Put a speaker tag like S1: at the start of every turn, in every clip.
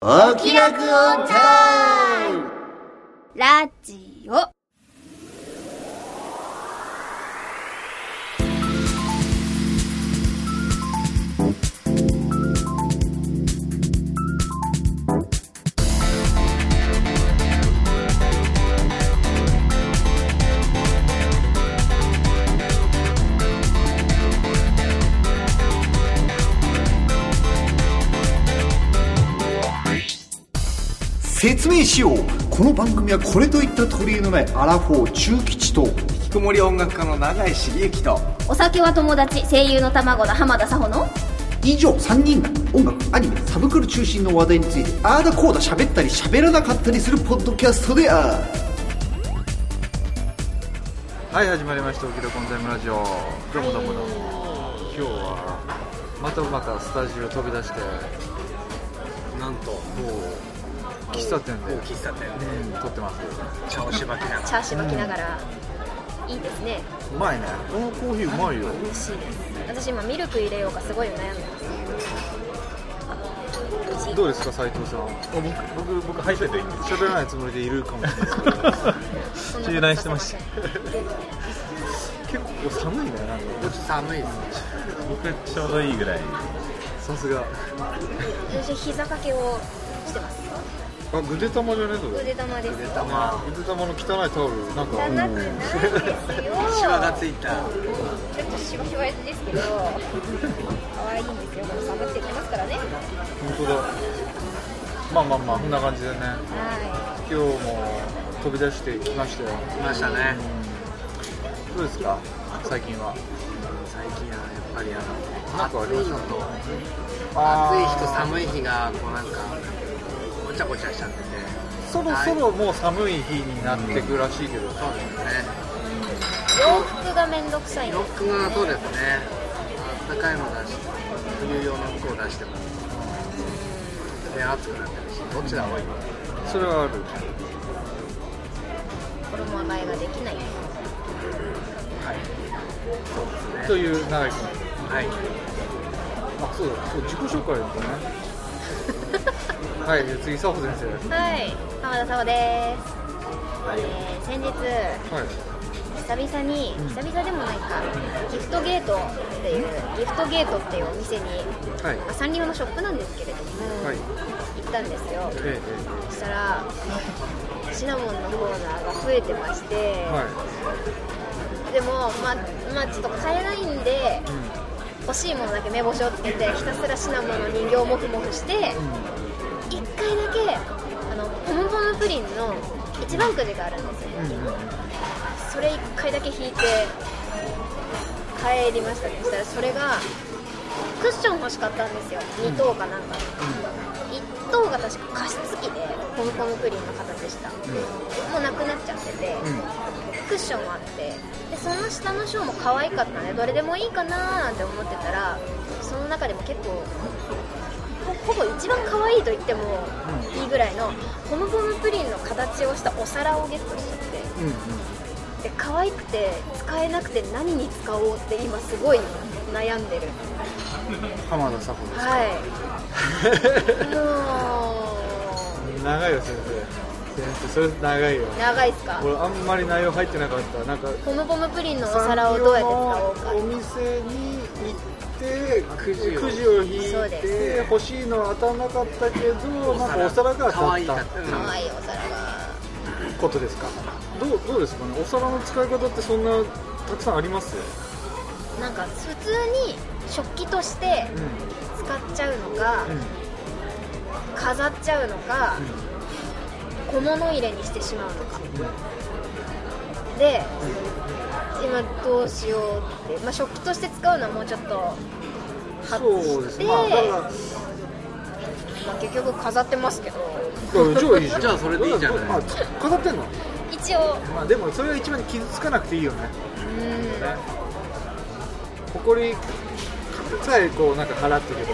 S1: お気楽オンタイム
S2: ラジオ。
S3: 説明しようこの番組はこれといった取り柄のないアラフォー中吉と
S4: 引きこもり音楽家の永井茂之と
S2: お酒は友達、声優の卵の浜田さほの。
S3: 以上3人が音楽アニメサブクル中心の話題についてああだこうだ喋ったり喋らなかったりするポッドキャストである
S5: はい始まりました「沖田コンタイムラジオ」どうもどうもどうも今日はまたまたスタジオ飛び出して
S4: なんと
S5: 喫茶店で、
S4: 大き喫茶店で
S5: うん、撮ってます
S4: 茶をしばきなが
S2: チャーシュー巻きながら。いいですね。
S5: うまいねこのコーヒーうまいよ
S2: 美味しいです。私今ミルク入れようかすごい悩んでます。
S5: どうですか斉藤さん
S6: 僕僕僕ハイサイドいいんです
S5: 喋らないつもりでいるかもしれないです
S2: そんなこと
S6: 中断してまし
S2: さ
S6: た
S2: せ
S5: けど結構寒いねなんから
S4: 寒いですね
S6: 僕はちょうどいいぐらい
S5: さすが
S2: ません私膝掛けをしてます。
S5: あぐで玉じゃねえぞ
S2: 腕玉です。
S4: 出たま
S5: ぐで玉の汚いタオルなん
S2: 汚くない
S5: か
S2: ですよ。
S4: シワがついた
S2: ちょっとしわしわですけど。可愛いんですよ。このサブってきますからね。
S5: 本当だまあまあまあこんな感じでね
S2: は
S5: 今日も飛び出してきましたよ
S4: きましたね
S5: どうですか最近は
S4: 最近はやっぱりあ
S5: なんか
S4: の
S5: あ
S4: 暑
S5: りま
S4: い
S5: し
S4: の
S5: た
S4: と暑い日と
S5: あー
S4: 寒い日がこうなんかごちゃごちゃしちゃってて
S5: そろそろもう寒い日になってくらしいけど、
S4: そうですね
S2: い。洋服がめんどくさいんで
S4: 洋
S2: す。
S4: 服がそうですね暖かいの出して冬用の服を出してもで暑くなったりしてどっちだろう今
S5: それはある
S2: 衣替えができない。
S5: という長井君
S4: はい
S5: あそうだそう自己紹介だったねはいで次佐保先生
S2: はい、浜田沙帆です。えー先日
S5: はい
S2: 久々に久々でもないかギフトゲートっていうギフトゲートっていうお店に、
S5: はい
S2: まあ、サンリオのショップなんですけれども、
S5: はい
S2: 行ったんですよ
S5: えええ
S2: そしたらシナモンのコーナーが増えてまして、
S5: えは
S2: でもまあまあちょっと買えないんで
S5: い、うん
S2: 欲しいものだけ目星をつけてひたすらシナモンの人形をモフモフして、一回だけあのポムポムプリンの一番くじがあるんですよ、
S5: うんうんうん
S2: それ一回だけ引いて帰りましたねそしたらそれがクッション欲しかったんですよ2等かなんか、一1等が確か加湿器でポムポムプリンの形した、もうなくなっちゃってて、クッションもあってでその下の章も可愛かったんでどれでもいいかなーって思ってたらその中でも結構ほほぼ一番可愛いと言ってもいいぐらいのポムポムプリンの形をしたお皿をゲットしちゃって
S5: うんうん
S2: で可愛くて使えなくて何に使おうって今すごい悩んでる
S5: 浜田佐保です、
S2: はいも
S5: 長いよ先生先生それ長いよ
S2: う長いっすか
S5: 俺あんまり内容入ってなかったなんか
S2: ポムポムプリンのお皿をどうやって使おうか
S5: お店に行ってくじ
S4: くじを
S5: くじを引
S2: そう
S5: い
S2: で
S5: て欲しいのは当たらなかったけどなんかお皿が当
S4: 可
S5: た
S4: 愛
S5: っ
S4: か
S5: た
S4: った
S5: っ
S4: うん
S2: 可愛いお皿が
S5: てことですかどうどうですかねお皿の使い方ってそんなたくさんあります
S2: なんか普通に食器として
S5: うん
S2: 使っちゃうのか
S5: うん
S2: 飾っちゃうのか小物入れにしてしまうのかで今どうしようって、まあ、食器として使うのはもうちょっと外
S5: そうで
S2: し
S5: す
S2: て、
S5: ねまあだから
S2: まあ結局飾ってますけど
S5: うんじゃあいいじゃん
S4: じゃあそれでいいじゃない
S5: あ飾ってんの
S2: 一応
S5: まあでもそれが一番傷つかなくていいよね
S2: うん
S5: ほこりさえこうなんか払っておけば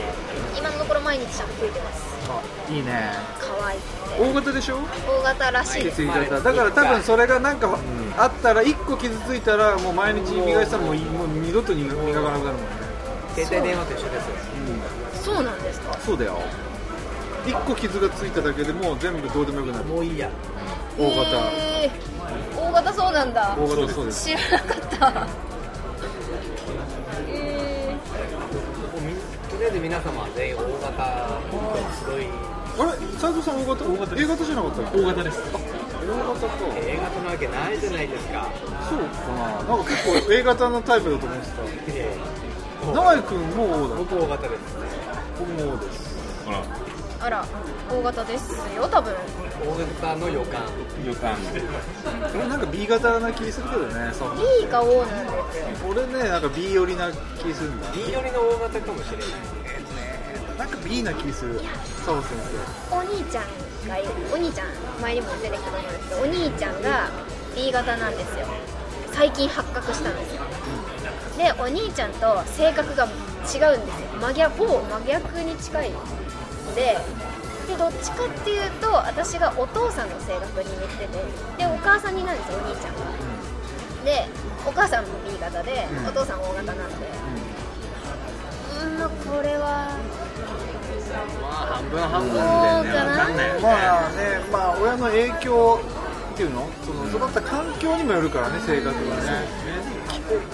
S2: 今のところ毎日シャンプー拭いてます
S5: あいいね
S2: 可愛くて
S5: 大型でしょ
S2: 大型らしいです
S5: 血液型だから多分それがなんかあったら1個傷ついたらもう毎日磨いてたらもういもう二度と磨磨かなくなるもんね
S4: 携帯電話と一緒ですよ
S2: そうなんですか
S5: そうだよ1個傷がついただけでもう全部どうでもよくなる
S3: もういいや
S5: 大型
S2: えー大型そうなんだ
S5: 大型そうです
S2: 知らなかったえ
S7: とりあえず皆様全員大型すごい
S5: あれ斉藤さん大型
S6: 大型です
S5: A 型じゃなかったっけ
S6: 大型です
S5: 大型か
S7: A 型なわけないじゃないですか
S5: そうかななんか結構 A 型のタイプだと思って
S7: え
S5: た長井君も O だ
S7: 僕大型です
S5: 僕も O です
S6: ほら
S2: ー、あら大型ですよ多分
S7: 大型の予感
S6: 予感で
S5: でもなんか B 型な気するけどねそう
S2: B が O なんですよ
S5: 俺ねなんか B 寄りな気するんだ
S7: B 寄りの大型かもしれない
S5: なんか B な気する佐藤先
S2: お兄ちゃんがいるお兄ちゃん前にも出てきたと思うんですけどお兄ちゃんが B 型なんですよ最近発覚したんですよでお兄ちゃんと性格が違うんですよ真逆ほぼ真逆に近いのででどっちかっていうと私がお父さんの性格に似ててでお母さんになるんですよお兄ちゃんがでお母さんも B 型で、お父さん O 型なんでうんまあこれは
S4: まあ半分半分
S2: なんだよね
S4: わ
S2: わかんない
S5: 生まあねまあ親の影響っていうのその育った環境にもよるからね性格はね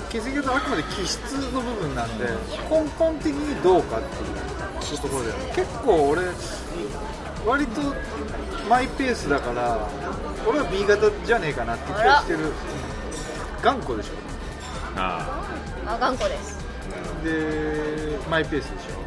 S5: 血液型はあくまで気質の部分なんで根本的にどうかっていうところだよね結構俺割とマイペースだから俺は B 型じゃねえかなって気がしてる頑固でしょ
S6: あ
S2: あ頑固です
S5: でマイペースでしょ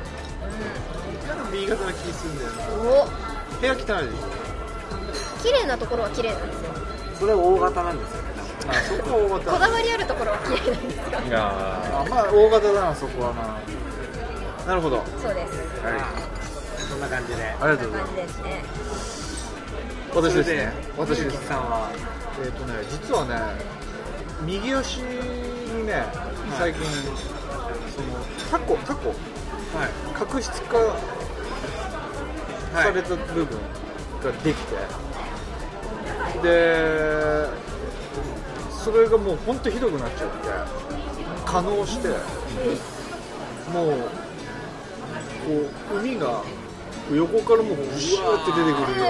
S5: なんか B 型な気するんだよね
S2: お
S5: 部屋汚いでしょ
S2: 綺麗なところは綺麗なんですよ
S7: それ大型なんですよね
S5: あそこは大
S2: こ
S5: 型
S2: だわりあるところは綺麗なんですよ
S6: あいや
S5: あまあ大型だなそこはななるほどはい
S2: そうです
S7: そんな感じで
S5: ありが
S2: そ
S5: と
S2: ん
S5: う
S2: な
S5: ご
S2: 感
S5: ざい
S2: じですね
S5: ます私ですね私
S7: ゆ
S5: で
S7: うき
S5: す
S7: さんは
S5: えっ、とね実はね右足にね最近、そのタコタコ
S4: はい
S5: 角質化された部分ができて、でそれがもう本当ひどくなっちゃって可能して、もうこう海が横からもうブシューって出てくるような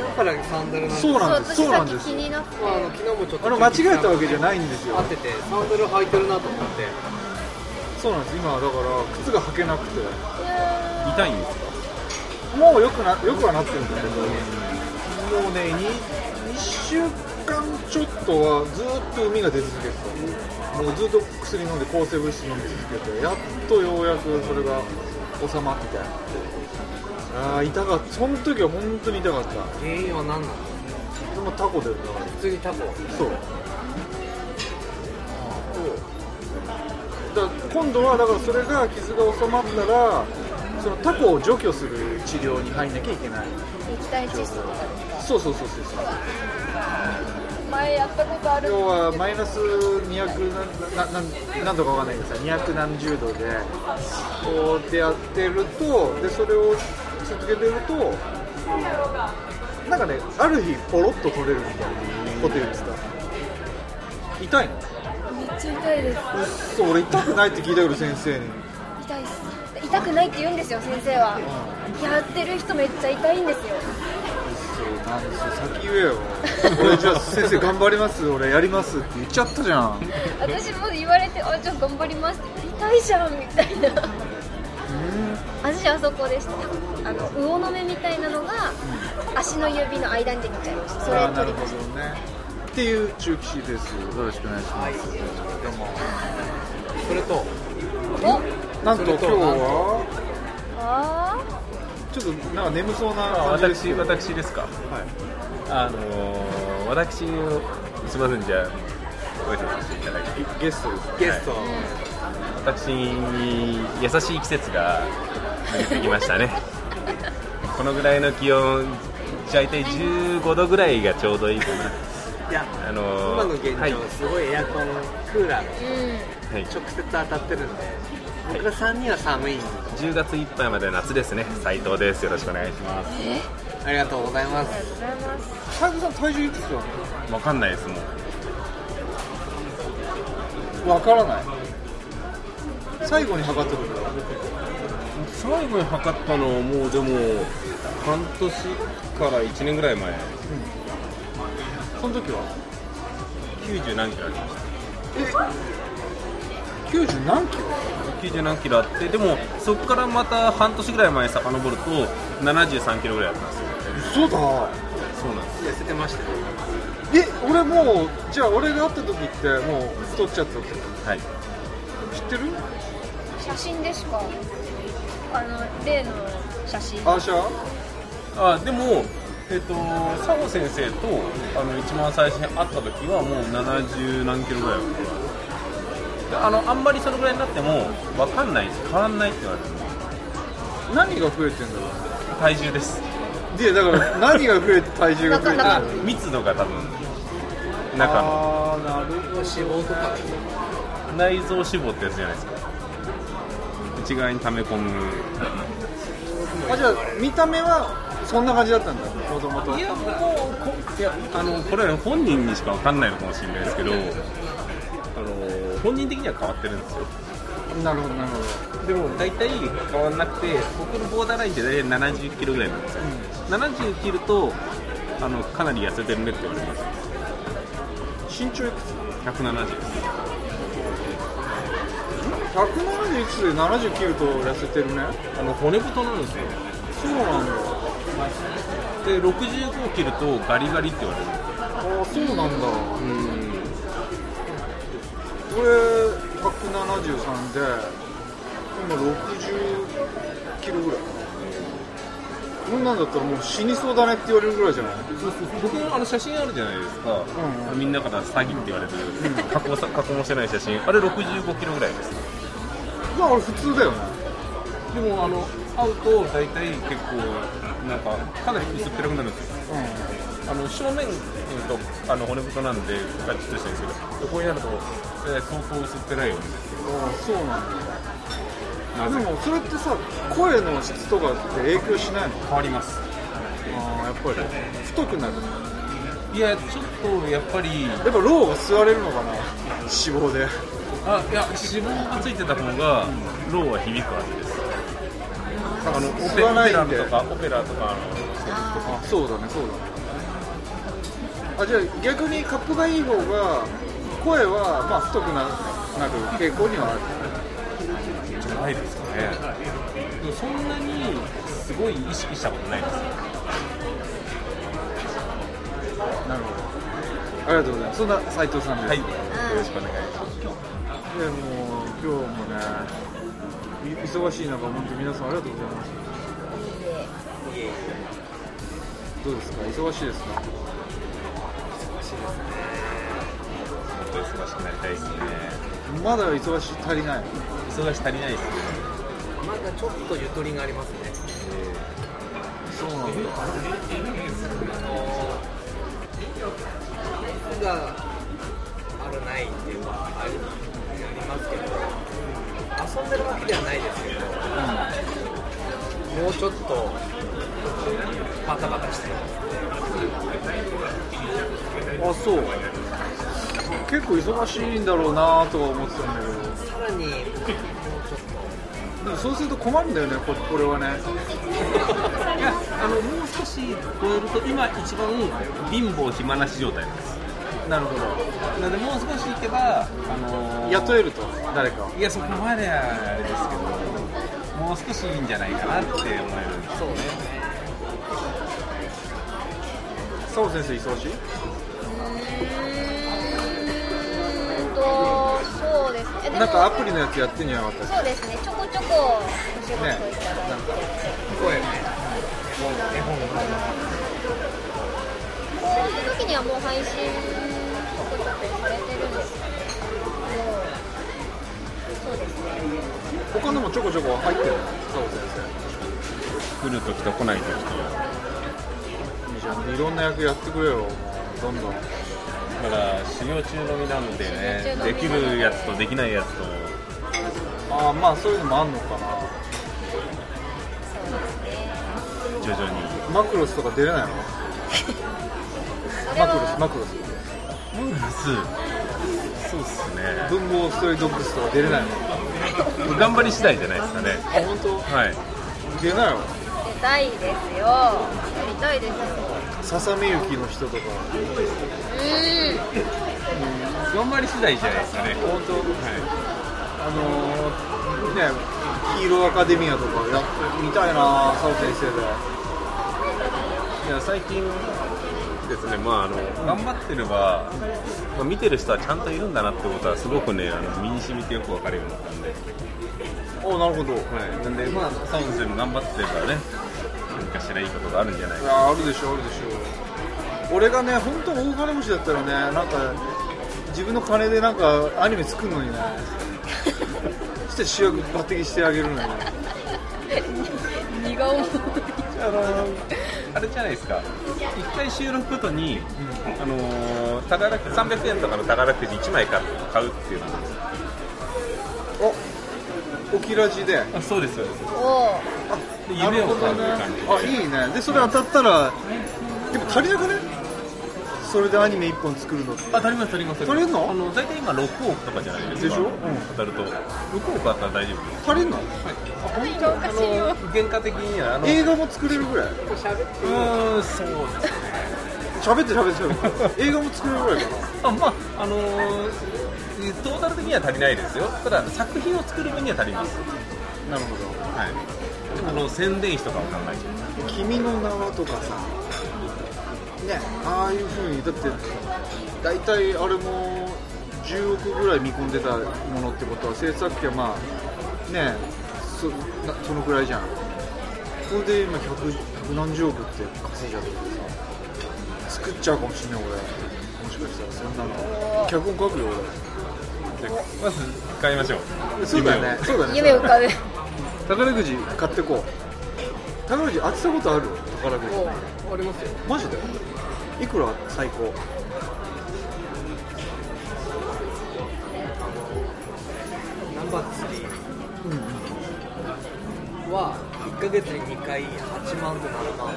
S5: なんか
S7: だからサンダルなんです
S5: そう
S2: そう
S5: なんです
S2: 私
S5: そうな
S2: さ
S5: ん
S2: っき
S5: です
S2: 気になって
S7: あの昨日もちょっと
S5: あの間違えたわけじゃないんですよ
S7: 合っててサンダル履いてるなと思って
S5: そうなんです今だから靴が履けなくて
S6: ー痛いんですか
S5: もうよくなよくはなってるんだけどもうね 2, 週間ちょっとはずっと海が出続けてたもうずっと薬飲んで抗生物質飲み続けてやっとようやくそれが収まってああ痛かったその時は本当に痛かったで
S7: 原因は何なの
S5: もタコでだから
S7: 普通にタコ
S5: そうだから今度はだからそれが傷が収まったらそのタコを除去する治療に入んなきゃいけない
S2: 液体窒素とかですか
S5: そうそうそうそうそう
S2: 前やったことある
S5: 要はマイナス200ななな何度かわかんないけどさ200何十度でこうやってるとでそれを続けてるとなんかねある日ポロッと取れるみたいなこと言うんですか痛いの
S2: めっちゃ痛いです
S5: うっそ俺痛くないって聞いたけど先生に
S2: 痛いです痛くないって言うんですよ先生はやってる人めっちゃ痛いんですよ
S5: そうなんですよ先言え よ俺じゃあ先生頑張ります俺やりますって言っちゃったじゃん
S2: 私も言われてあじゃあ頑張りますって痛いじゃんみたいな私あそこでしたあの魚の目みたいなのが足の指の間にできちゃいましたそれ
S5: あーな
S2: 取り
S5: る
S2: ま
S5: ほ
S2: し
S5: どねっていう中期です
S6: よろしくお願いします
S7: それと
S2: たお
S5: なんと今日は
S2: あー
S5: ちょっとなんか眠そうな感
S6: あ
S5: じです
S6: 私私ですか
S5: はい
S6: あのー、私をすみませんじゃあご挨拶していただいて
S5: ゲストです
S7: ゲスト
S6: 私に優しい季節がやってきましたね このぐらいの気温大体15度ぐらいがちょうどいいか
S7: いや
S6: なあの
S7: 今の現
S6: はい
S7: 状すごいエアコンクーラーが
S6: はい、
S7: 直接当たってるんで僕らさんには寒い
S6: 10月いっぱいまで夏ですね斉藤ですよろしくお願いします
S7: ありがとうございます
S5: 斉藤さん体重いくつな
S6: わかんないですもう
S5: のわからない最後に測った時は
S6: 最後に測ったのもうでも半年から1年ぐらい前
S5: その時は
S6: 90何キロありました
S5: 90何キロ
S6: 90何キロあってでもそこからまた半年ぐらい前遡ると73キロぐらいあったんですよ
S5: 嘘だ
S6: そうなんです
S4: 痩せてましたよ
S5: え俺もうじゃあ俺が会った時ってもう太っちゃったってこ
S6: はい
S5: と知ってる
S2: 写真でしかあの例の写真
S5: アーシャ
S6: あでもえっと佐合先生とあの一番最初に会った時はもう70何キロぐらいであのあんまりそのぐらいになっても分かんないです変わんないって言われてる
S5: 何が増えてんだろ
S6: 体重です
S5: うでだから何が増えて体重が増えてん
S2: な
S5: だ
S6: あ
S2: んか
S6: 密度が多分中の
S5: あーなるほど
S7: 脂肪とか
S6: 内臓脂肪ってやつじゃないですか内側に溜め込む
S5: あじゃあ見た目はそんな感じだったんだもともと
S6: いやもうこいやあのこれは本人にしか分かんないのかもしれないですけどあの本人的には変わってるんですよ
S5: なるほどなるほど
S6: でも大体変わらなくて僕のボーダーラインって大体70キロぐらいなんですよ、70切るとあのかなり痩せてるねって言われます
S5: 身長いくつ
S6: 170です
S5: 171で70切ると痩せてるね
S6: あの骨太なんですよ
S5: そうなんだ
S6: で65切るとガリガリって言われる
S5: ああそうなんだ
S6: うん
S5: 俺173で今60キロぐらいこんなんだったらもう死にそうだねって言われるぐらいじゃない
S6: そうそう僕もあの写真あるじゃないですか、
S5: んう
S6: みんなから詐欺って言われてる、加工さ加工もしてない写真あれ65キロぐらいです
S5: まあ俺普通だよね
S6: でもあの会うと大体結構なんかかなり薄っぺらくなるんですよあの正面見るとあの骨太なんでガチッとしてるんですけどこうなると、えー相当薄っぺらいよね
S5: ああそうなん
S6: な
S5: だで
S6: ぜ
S5: もそれってさ声の質とかって影響しないの
S6: 変わります
S5: ああやっぱり太くなるや
S6: いやちょっとやっぱり
S5: っぱローが吸われるのかな脂肪で
S6: あいや脂肪がついてた方がローは響くはずですあのオ
S5: 吸
S6: ペ
S5: わ
S6: オ
S5: ない
S6: ペラ
S5: んで
S6: とかオペラとかあの
S5: あそうだねそうだねあじゃあ逆にカップがいい方が声はまあ太くななる傾向にはある
S6: じゃないですかね、そんなにすごい意識したことないですよ
S5: なるほどありがとうございますそんな斉藤さんです、
S6: はい
S5: で
S6: よ
S5: も
S6: ろしくお願いします
S5: う今日もねい忙しい中本当皆さんありがとうございますどうですか忙しいですか
S6: もっと忙しくなりたいですね
S5: まだ忙しい足りない
S6: 忙し足りないですね
S7: まだちょっとゆとりがありますね
S5: そうなんだ
S7: 熱があるないっていうのはありますけど遊んでるわけではないですけど、もうちょっとバタバタしてます
S5: あそう結構忙しいんだろうなとは思ってたんだけど
S7: さらにもうちょっ
S5: でもそうすると困るんだよねここれはね
S6: いやあのもう少し超えると今一番貧乏暇なし状態なんです
S5: なるほ
S6: なのでもう少し行けば、あの
S5: ど
S6: ー
S5: 雇えると誰か
S6: いやそこまではあれですけどもう少しいいんじゃないかなって思え
S7: とそう
S6: る
S7: ね
S5: 佐藤先生忙しいう
S2: ーんとそうですねでも
S5: なんかアプリのやつやってんじゃなかったっ
S2: そうですねちょこちょこお仕事いただいて、
S5: ね
S7: 声ね
S2: こういう時にはもう配信ちょこちょこされてるんですけどもうそうですね
S5: け他のもちょこちょこ入ってる佐藤先
S6: 来るときと来ないときと
S5: 生いいじゃんいろんな役やってくれよもうどんどん
S6: だから修行中の身なのでね
S2: 修行中の身
S6: できるやつとできないやつと
S5: ああまあそういうのもあんのかな
S6: 徐々に
S5: マクロスとか出れないの
S2: それ
S5: マクロス
S2: は
S5: マクロス
S6: モンスそうっすね
S5: 文豪ストレイドッグスとか出れないの
S6: 頑張り次第じゃないですかね
S5: あ本当
S6: はい
S5: 出ないの
S2: 出たいですよやりたいですよ
S5: ささみゆきの人とか
S2: うん
S6: 頑張り次第じゃないですかね
S5: 本当
S6: は
S5: あのー、ねヒーローアカデミアとかやってみたいな佐藤先生で
S6: いいや最近ですねまああの頑張ってれば、まあ、見てる人はちゃんといるんだなってことはすごくねあの身に染みてよくわかるようになったんで
S5: おなるほどい
S6: はいなんでまあサウンズでも頑張ってればね何かしらいいことがあるんじゃないか
S5: やあるでしょあるでしょ俺がね本当大金持ちだったらねなんか自分の金でなんかアニメ作るの にねそして主役抜擢してあげるのに
S8: 荷が重い
S6: あのーあれじゃないですか1回収録ごとに、あのー宝くじ300円とかの宝くじ1枚買う買うっていうのも
S5: おきらじであ
S6: あそうですそうです
S2: おー
S6: で夢を買う
S5: ね
S6: 感じ
S5: あいいねでそれ当たったらでも足りなくねそれでアニメ1本作るのって
S6: あ、足ります足ります
S5: 足りんの
S6: あの大体今6億とかじゃないですか
S5: でしょうん
S6: 当たると6億あったら大丈夫
S5: 足りんの
S6: あの原価的にはあの
S5: 映画も作れるぐらいう
S6: ーんそう
S5: 喋って喋って喋 って映画も作れるぐらいかな
S6: あまああのートータル的には足りないですよただ作品を作る分には足ります
S5: なるほど
S6: はいあの宣伝費とかも考えてま
S5: 「
S6: す
S5: 君の名は」とかさねああいうふうにだって大体あれも10億ぐらい見込んでたものってことは制作費はまあねそなそのぐらいじゃんそれで今100 100何十億って稼いじゃっててさ作っちゃうかもしんない俺もしかしたらそんなの脚本書くよ
S6: じゃあまず買いましょう
S5: 俺そうだよねそうだね
S2: 夢を買う
S5: 宝くじ買ってこう宝くじ当てたことある宝くじ
S7: ありますよ
S5: マジでいくら最高
S7: ナンバー3は1ヶ月に2回8万と7万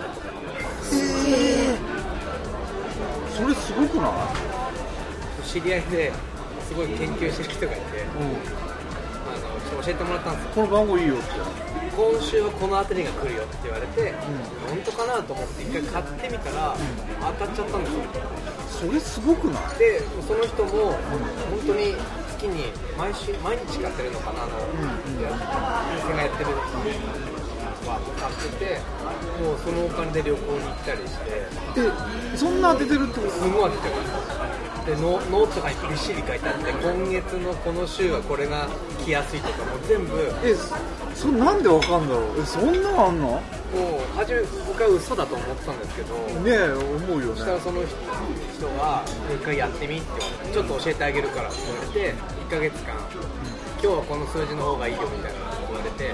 S5: それすごくない
S7: 知り合いですごい研究してる人がいて、あのちょっと教えてもらったんですよ
S5: この番号いいよって
S7: 今週はこの辺りが来るよって言われて、本当かなと思って一回買ってみたら、当たっちゃったんですよ
S5: それすごくない
S7: でその人も本当に月に毎週毎日買ってるのかなあの、店がやってるは買っててもうそのお金で旅行に行ったりして
S5: えそんな当ててるってこと
S7: すごい当ててますでノノートとかにびっしり書いてあって今月のこの週はこれが来やすいとかもう全部
S5: えそそれなんでわかんだろうえそんなのあんのね
S7: もう初め僕は嘘だと思ってたんですけど、
S5: え思うよ
S7: そしたら
S5: ね
S7: その人は、もう一回やってみって言われて、ちょっと教えてあげるからって言われて、1ヶ月間、今日はこの数字の方がいいよみたいなこと言われて、うー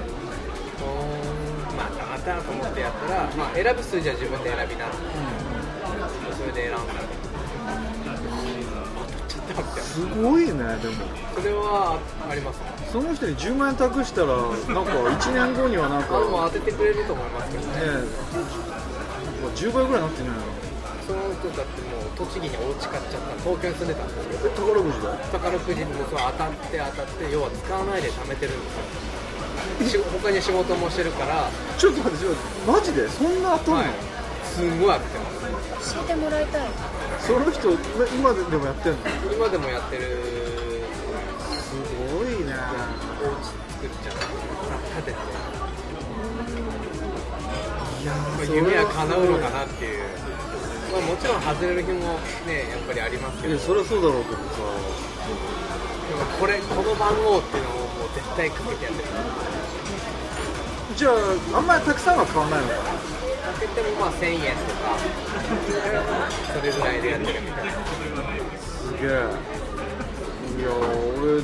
S7: ん、またまたと思ってやったら、まあ、選ぶ数字は自分で選びなって、それで選んだら、当たっちゃったみ たいな、
S5: すごいねでも
S7: それはありますね、
S5: その人に10万円託したらなんか1年後にはなん
S7: あ
S5: か
S7: で
S5: ね
S7: も当ててくれると思いますけど
S5: え
S7: ね、
S5: なんか10倍ぐらいになってんじゃないの
S7: その人だってもう、栃木にお家買っちゃった、東京に住んでたんですよ。
S5: え宝くじだよ
S7: 宝くじに僕は当たって当たって要は使わないで貯めてるんですよし他に仕事もしてるから、
S5: ちょっと待ってちょっと待ってマジでそんな当た
S7: は
S5: るの、
S7: い、すんごい当
S2: 教えて
S7: ててま
S2: もらいたい
S5: その人今でもやってんの
S7: す今でもやってる
S5: すごいね
S7: お家作っちゃう建てて
S5: いや
S7: まあ
S5: ー
S7: 夢は叶うのかなっていう、まあ、もちろん外れる日もねやっぱりありますけど
S5: え
S7: でも
S5: そりゃそうだろうけどさ
S7: これこの番号っていうのをもう絶対かけてやってる
S5: じゃああんまりたくさんは買わないのかな
S7: かけてもまあ1000円とかそれぐらいでやってるみたいな
S5: すげえいやー俺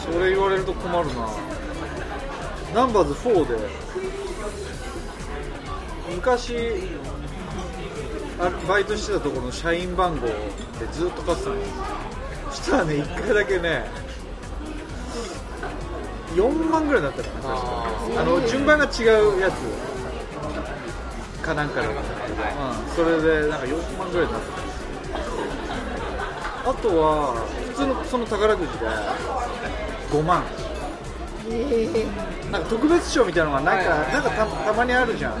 S5: それ言われると困るなナンバーズ4で昔あバイトしてたところの社員番号でずっと買ってたのそしたらね1回だけね4万ぐらいになったかな確かあの順番が違うやつかなんかで、うん、それでなんか4万ぐらいになったあとは通のその宝くじで5万なんか特別賞みたいなのがなんか,、なんかたたまにあるじゃん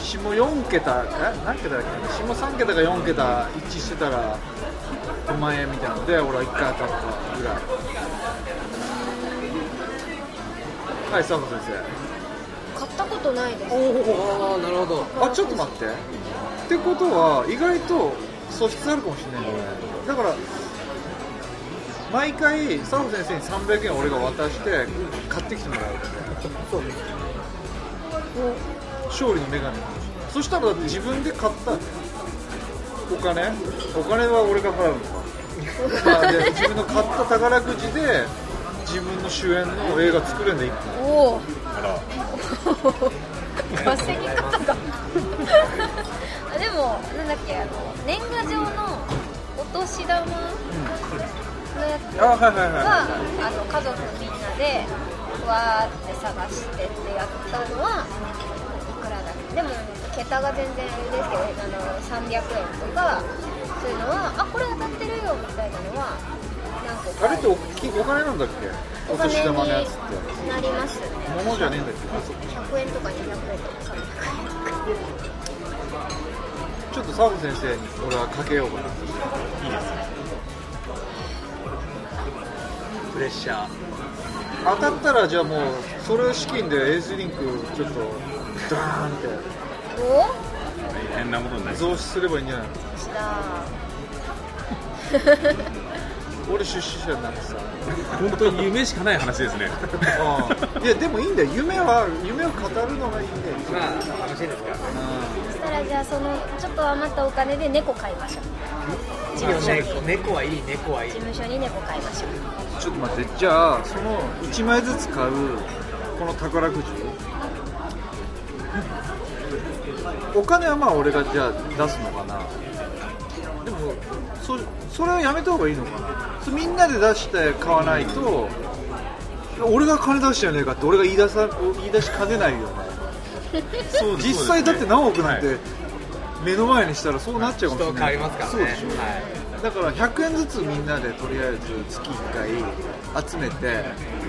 S5: 下4桁え何桁だっけ下3桁か4桁一致してたら5万円みたいなので俺は1回当たったぐらいはい佐藤先
S2: 買ったことないです
S7: ああなるほど
S5: 生あちょっと待ってってことは意外と素質あるかもしれないねだから毎回佐藤先生に300円俺が渡して買ってきてもらうってそう勝利の女神そしたらだって自分で買ったお金お金は俺が払うのかまあで自分の買った宝くじで自分の主演の映画作れんで一本
S2: おお
S6: あら
S2: 稼ぎ方がでもなんだっけあの年賀状のお年玉のやつ
S5: あはいはいはい
S2: はあの家族みんなでわーって探してってやったのはいくらだっけでも桁が全然ですけどあの300円とかそういうのはあこれ当たってるよみたいなのは何個か
S5: あれっておお金なんだっけお年玉のやつって
S2: お金になりますね
S5: 物じゃねえんだっけあそっか
S2: 100円とか200円とか300円とか
S5: ちょっと澤部先生に俺はかけようかな
S4: プレッシャー
S5: 当たったらじゃあもうそれを資金でエースリンクちょっとダーンって
S2: お
S6: 大変なことになりそう
S5: 増資すればいいんじゃないの
S2: した
S5: 俺出資者になって さ
S6: 本当に夢しかない話ですね
S5: いやでもいいんだよ夢は夢を語るのがいいんだよ
S7: まあ楽しいですからね
S2: そしたらじゃあそのちょっと余ったお金で猫買いましょう事務所に
S7: まあ猫はいい猫はいい
S2: 事務所に猫買いましょう
S5: ちょっと待ってじゃあその1枚ずつ買うこの宝くじお金はまあ俺がじゃあ出すのかなでもそそれはやめた方がいいのかなそれみんなで出して買わないと俺が金出したよねえかって俺が言い出さ言い出しかねないよね
S6: そう
S5: 実際だって何億なん
S6: はい
S5: て目の前にしたらそうなっちゃうかもしれ
S7: 人変わ
S5: ない
S7: りますからね
S5: そうでしょ
S7: はい
S5: だから100円ずつみんなでとりあえず月1回集めて、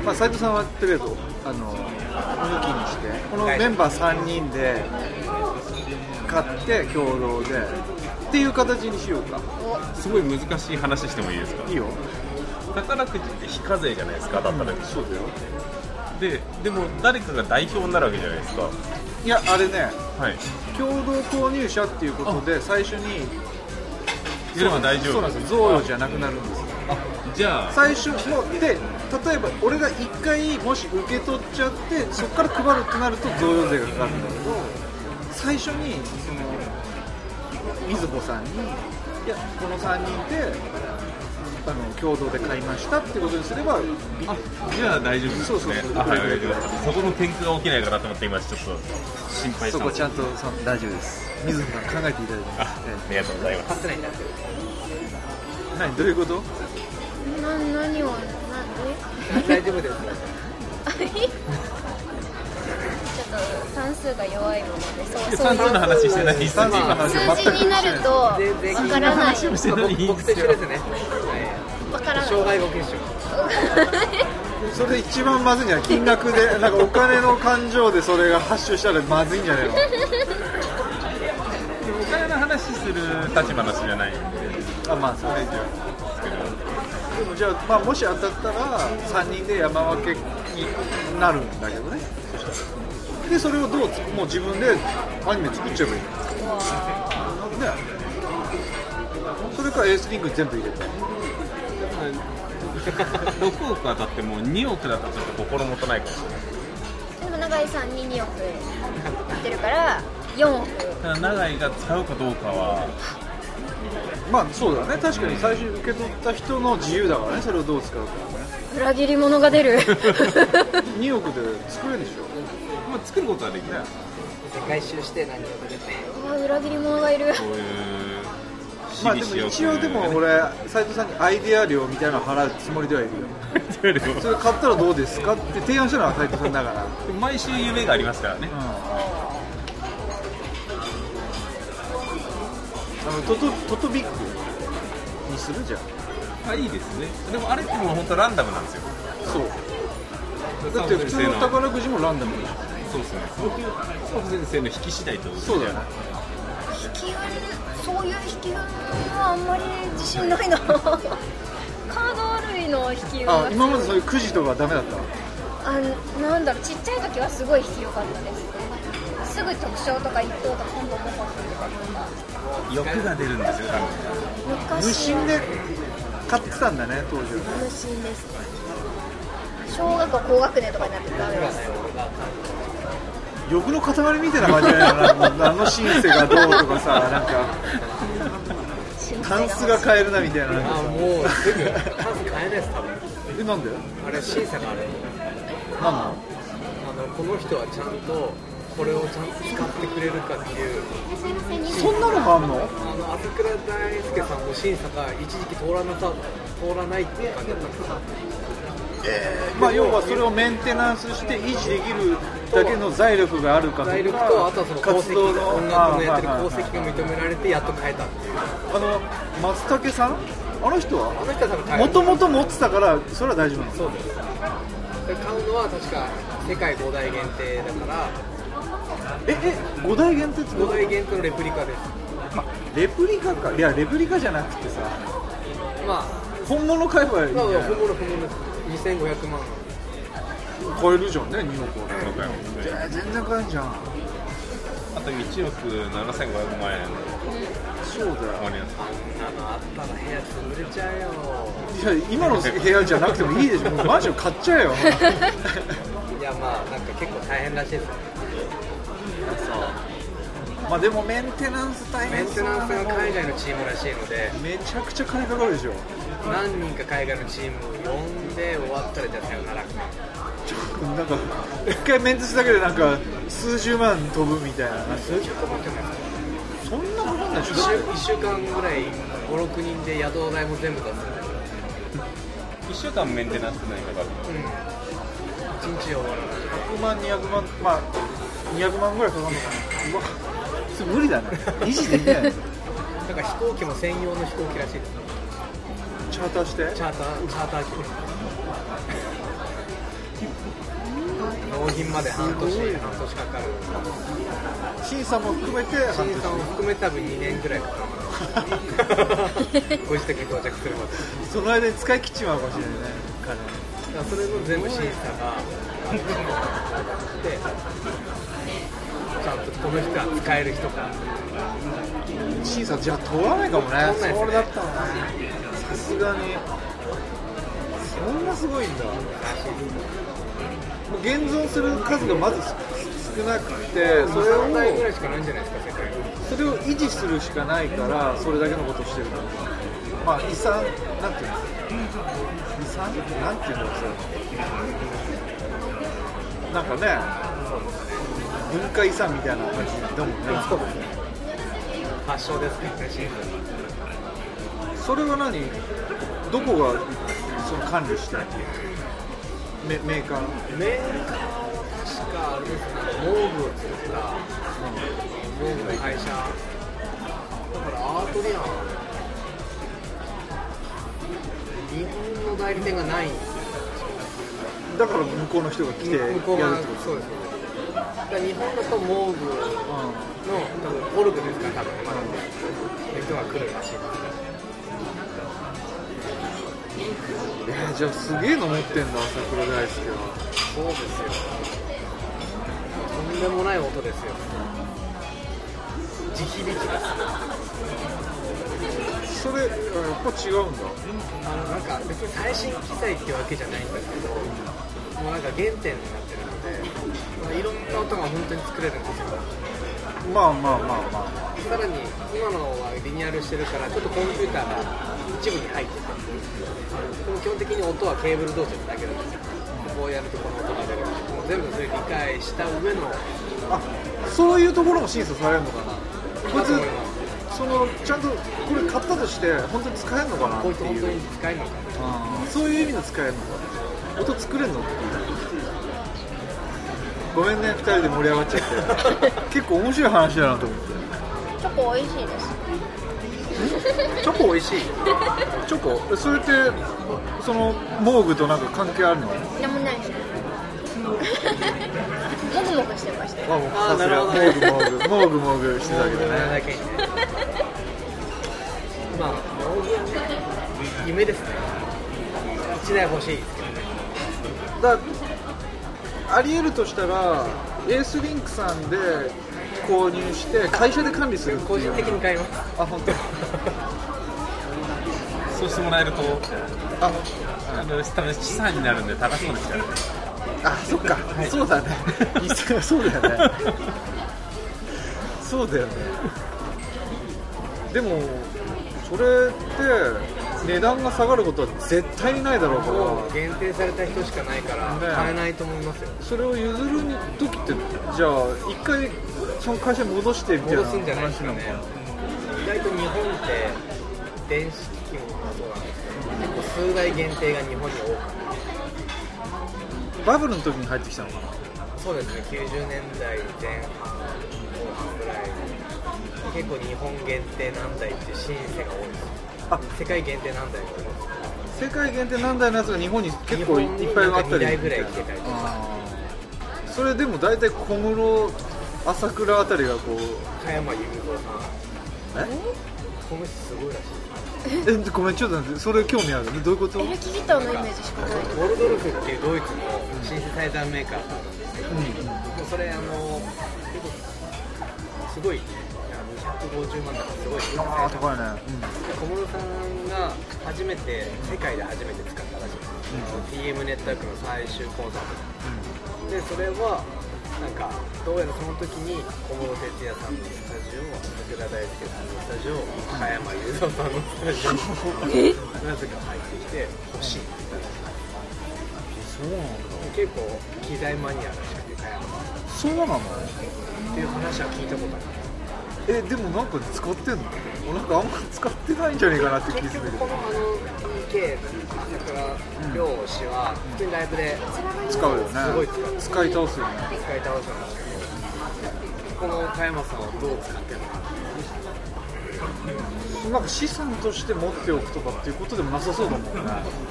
S5: まあ、斉藤さんはとりあえずあの抜きにしてこのメンバー3人で買って共同でっていう形にしようか
S6: すごい難しい話してもいいですか
S5: いいよ
S6: 宝くじって非課税じゃないですか当たった時、そうだよででも誰かが代表になるわけじゃないですか
S5: いやあれね
S6: はい
S5: 共同購入者っていうことで最初に
S6: でも大丈夫
S5: そうなんですよ贈与じゃなくなるんですよ
S6: じゃあ
S5: 最初ので例えば俺が1回もし受け取っちゃってそこから配るってなると贈与税がかかるんだけど最初にそのみずほさんにいやこの3人であの共同で買いましたってことにすればび
S6: あじゃあ大丈夫ですね
S5: そうそうそう
S6: あはいはいはいそこの転機が起きないかなと思って今ちょっと心配し
S5: そ
S6: た
S5: こ
S6: の
S5: ちゃんとその大丈夫ですみずほさん考えていただいてます
S6: あありがとうございます
S7: 勝ってないんだって
S5: え何どういうこと
S2: な何を何
S7: 大丈夫ですよ
S2: えちょっと算数が弱いものでそうそう
S6: 算数の話してないですよ
S5: 算数の話
S2: 数字になるとわ
S7: 全然聞いて
S2: からない
S6: 話をして
S7: まあ
S6: ない
S7: 僕
S6: んで
S7: 僕
S6: す
S7: と一緒
S6: よ
S7: ですねはい
S2: わからない
S7: 障害語決勝
S5: それ一番まずいんじゃない金額でなんかお金の感情でそれが発症したらまずいんじゃないの
S6: お金の話する立場の人じゃないんで
S5: あまあそうですよでもじゃあ、まあ、もし当たったら3人で山分けになるんだけどねでそれをどうつもう自分でアニメ作っちゃえばいいねそれからエースリングに全部入れて
S6: 6億当たっても2億だったらちょっと心もとないかもしれない
S2: でも永井さんに2億言ってるから4億
S6: ただ永井が使うかどうかは
S5: まあそうだね確かに最初に受け取った人の自由だからねそれをどう使うかね
S2: 裏切り者が 出る
S5: 2億で作れるでし
S6: まあ作ることはできない
S7: 世界一周して何を食べて
S2: あ裏切り者がいる
S6: そういう
S5: ょまあでも一応でも俺斎藤さんにアイデア料みたいなの払うつもりではいるよ
S6: 俺
S5: それ買ったらどうですかって提案したのは斎藤さんだから
S6: 毎週夢がありますからね
S5: あのトトトトビッグにするじゃん
S6: あいいですねでもあれってもう本当ランダムなんですよそう
S5: だって普通の
S6: そう
S5: 宝くじもランダムでし
S6: ですね佐藤先生の引き次第ってことです
S5: ょそうだよね
S2: 引き運そういう引き運はあんまり自信ないなカード類の引き運
S5: あ
S2: は
S5: 今までそういうくじとかダメだった
S2: あなんだろうちっちゃい時はすごい引き良かったですすぐ特賞とか一等とか今度もかってた
S6: 欲が出るんですよ
S2: りと
S6: 多分
S2: か
S5: 無
S2: 昔
S5: 心で買ってたんだね当時は
S2: 無心ですね小学校高学年とかになってダメです
S5: 欲の塊みたいな感じだよなあのシンセがどうとかさなんかタンスが買えるなみたいななんか
S7: あ
S5: さ
S7: もうすぐ数変えないです多分
S5: えなんで
S7: あれ審査がある
S5: なんなの
S7: あのこの人はちゃんとこれをちゃんと使ってくれるかっていう
S5: そんなのがあんの
S7: あの朝倉大輔さんも審査が一時期通らなさ通らないっていう感じだったんですよ
S5: まあ要はそれをメンテナンスして維持できるだけの財力があるかとか
S7: 財力とあとはその功
S5: 活
S7: 績
S5: 動
S7: 音楽のやってる
S5: あはいはい
S7: 功
S5: はい
S7: 績が認められてやっと変えたっていう
S5: あの松竹さんあの人
S7: あ
S5: は
S7: の人は多分変え
S5: もともと持ってたからそれは大丈夫なの
S7: そうですで買うのは確か世界5大限定だから
S5: ええ5大限定って
S7: 5大限定のレプリカです
S5: まレプリカかいやレプリカじゃなくてさ
S7: まあ
S5: 本物買えばいいん
S7: まあ
S5: だよ
S7: 本物本物です2500万
S5: 買えるじゃんね2億は
S6: 今回も
S5: いや全然買えんじゃん
S6: あと1億7500万円
S5: そうだよ
S6: あります
S7: あのあったら部屋潰れちゃうよ
S5: いや今の部屋じゃなくてもいい でしょもうマンション買っちゃえよ
S7: いやまあなんか結構大変らしいですね
S5: まあでもメンテナンス大
S7: メ
S5: 変
S7: ンテ
S5: そう
S7: ナ
S5: だ
S7: ンスが
S5: な
S7: 海外のチームらしいので
S5: めちゃくちゃ金かかるでしょ
S7: 何人か海外のチームを呼んで終わったらじゃあさよなら
S5: ちょっとなんか一回メンテするだけでなんか数十万飛ぶみたいななんか
S7: 数百万じゃないですか
S5: そんなかかんないでしょ
S7: 1週間ぐらい56人で宿代も全部出す
S6: 1週間メンテナンスって何かかる
S7: うん1日終わらない
S5: 100万200万まあ200万ぐらいかかるのかなうわそれ無理だね維持できないね
S7: なんか飛行機も専用の飛行機らしいです
S5: チャーターして
S7: チャーターチャーター機納品まで半年半年かかる
S5: 審査も含めて半
S7: 審査も含めたぶん2年ぐらいかかるご自宅に到着するまで
S5: 年その間に使い切っちまうかもしれないね
S7: だからそれの全部審査があのでちゃんとこの人は使える人か
S5: 金審査じゃあ通らないかもね
S7: 通らないですね
S5: それだったらねさすがにそんなすごいんだもう現存する数がまず少なくてそれ
S7: 3台
S5: を
S7: ぐらいしかないんじゃないですか世界に
S5: それを維持するしかないからそれだけのことをしてるからまあ遺産なんていうの遺産なんていうのそれなんかね文化遺産みたいな感じだもんね
S7: 発祥ですからね審査が
S5: それは何どこがその管理してんのメメーカー
S7: メーカーは確かあれですね、モーグを作った、モーグの会社、だからアートリアン、日本の代理店がないんですよ、
S5: だから向こうの人が来てやるって
S7: 向
S5: こ
S7: こう
S5: と
S7: が、そうです、だから日本だとモーグの、多分ゴルフですから、多分まだ、の人が来るらしい
S5: えーじゃあすげえの持ってんだ朝倉大輔は
S7: そうですよ、とんでもない音ですよ、地響きです。
S5: それあやっぱ違うんだ
S7: あのなんか別に最新機材ってわけじゃないんだけど、もうなんか原点になってるので、いろんな音が本当に作れるんですよ。
S5: まあまあまあまあ
S7: さらに今のはリニューアルしてるから、ちょっとコンピューターが一部に入ってたんですでも基本的に音はケーブル同士だけなんですよ。こうやるとこの音が出る。もう全部それ理解した上の、
S5: あそういうところも審査されるのかなこい
S7: だと思います
S5: つそのちゃんとこれ買ったとして本当に使えるのかなっ
S7: こういってた本当
S5: いう
S7: に使えるのかな。
S5: あーそういう意味の使えるのか音作れるのっていうごめんね2人で盛り上 がっちゃって結構面白い話だなと思って
S2: チョコ美味しいです
S5: チョコ美味しいチョコそれってその毛具となんか関係あるの
S2: なんもないしもぐもぐしてましたよ
S5: あもうさす
S7: なる
S5: が
S7: ほど
S5: 毛具毛具毛具毛具してたけど
S7: それだ
S5: ね
S7: けにねまあ夢ですね1台欲しいですけど
S5: だあり得るとしたらエースリンクさんで購入して会社で管理するって
S7: 個
S5: い
S7: 人
S5: う
S7: 的に買います
S5: あ本当
S6: そうしてもらえると、
S5: あ
S6: あの多分資産になるんで高そうですからね。
S5: あそっか、そう だねそうだよねそうだよねでもそれって値段が下がることは絶対にないだろうか
S7: もう
S5: ら
S7: 限定された人しかないから
S5: ね
S7: 買えないと思いますよ
S5: それを譲る時ってじゃあ一回その会社に戻してみたいな
S7: 戻すんじゃないですかね意外と日本って電子機器もそうなんですけど結構数台限定が日本に多くて
S5: バブルの時に入ってきたのかな
S7: そうですね90年代前半後半ぐらい結構日本限定何台ってシンセが多いです
S5: あ
S7: 世界限定何台か多いです
S5: 世界限定何台のやつが日本に結構いいっぱいあった
S7: 2
S5: り
S7: 台ぐらい来てたりとか
S5: あーそれでも大体小室朝倉あたりがこう
S7: 加山雄三さん
S5: え
S7: この人すごいらしい
S5: えごめんちょっと待ってそれ興味あるどういうこと
S2: エレキギターのイメージしかない
S7: ボルドルフっていうドイツのシンセサイザーメーカーさんなんですけど、もうそれあの結構すごい250万だからすごいですね
S5: ああ高いね、
S7: 小室さんが初めて世界で初めて使ったらしいです、TM ネットワークの最終コンサートで、でそれはなんかどうやらその時に小室哲哉さんのスタジオ桜大輔さんのスタジオ加山雄三さんのスタジオなぜか入ってきて欲しいって言ったらしい
S5: そうなんだ
S7: 結構機材マニアらしくて加山さん
S5: そうなの
S7: っていう話は聞いたことある
S5: えでもなんか使ってんの俺なんかあんま使ってないんじゃねえかなって気
S7: 結
S5: する
S7: 局
S5: け
S7: こ
S5: ど
S7: のあの EK 朝倉亮氏は普通にライブで
S5: 使うよね
S7: すごい使う
S5: 使い倒すよね
S7: 使い倒したんですけどこの加山さんをどう使ってるのか
S5: なんか資産として持っておくとかっていうことでもなさそうだもんね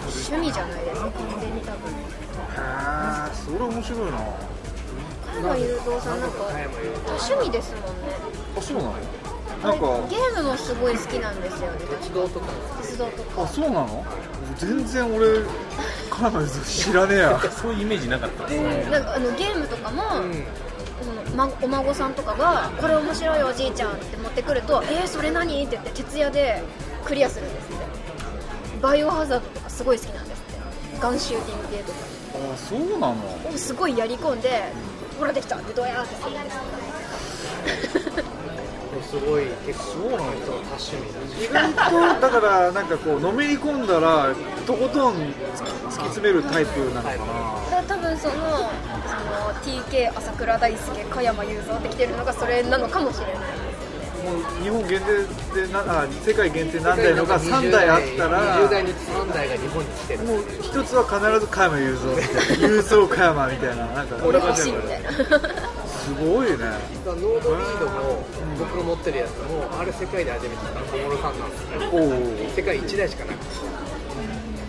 S2: 趣味じゃないですか完全に多分
S5: へえそれ面白いなあ
S2: 加山雄三さんなんか多趣味ですもんね
S5: そうなのなんか
S2: ゲームもすごい好きなんですよね
S7: 鉄道とか
S2: 鉄道とか
S5: あそうなの全然俺彼女知らねえや
S6: そういうイメージなかったですね。
S2: なんかあのゲームとかも、
S7: ん
S2: そのま、お孫さんとかが「これ面白いおじいちゃん」って持ってくると「えー、それ何?」って言って徹夜でクリアするんですってバイオハザードとかすごい好きなんですってガンシューティングゲーとか
S5: あそうなの
S2: をすごいやり込んで「ほらできた!」ってドヤーってするんですって
S7: すごい結構そうなん人は多趣味だし
S5: 意外とだからなんかこうのめり込んだらとことん突き突き詰めるタイプなのかな
S2: だから多分そのその TK 朝倉大輔加山雄三って来てるのがそれなのかもしれない
S5: もう日本限定でなあ世界限定何台のが3台あったら
S7: 20代に3台が日本に来てる
S5: もう一つは必ず加山雄三って雄三加山みたいななんか
S2: 俺欲しいみたいな
S5: すごいね
S7: ノードリードも僕の持ってるやつもあれ世界で初めて買った小室さんなんですよ
S5: おお
S7: 世界1台しかなくて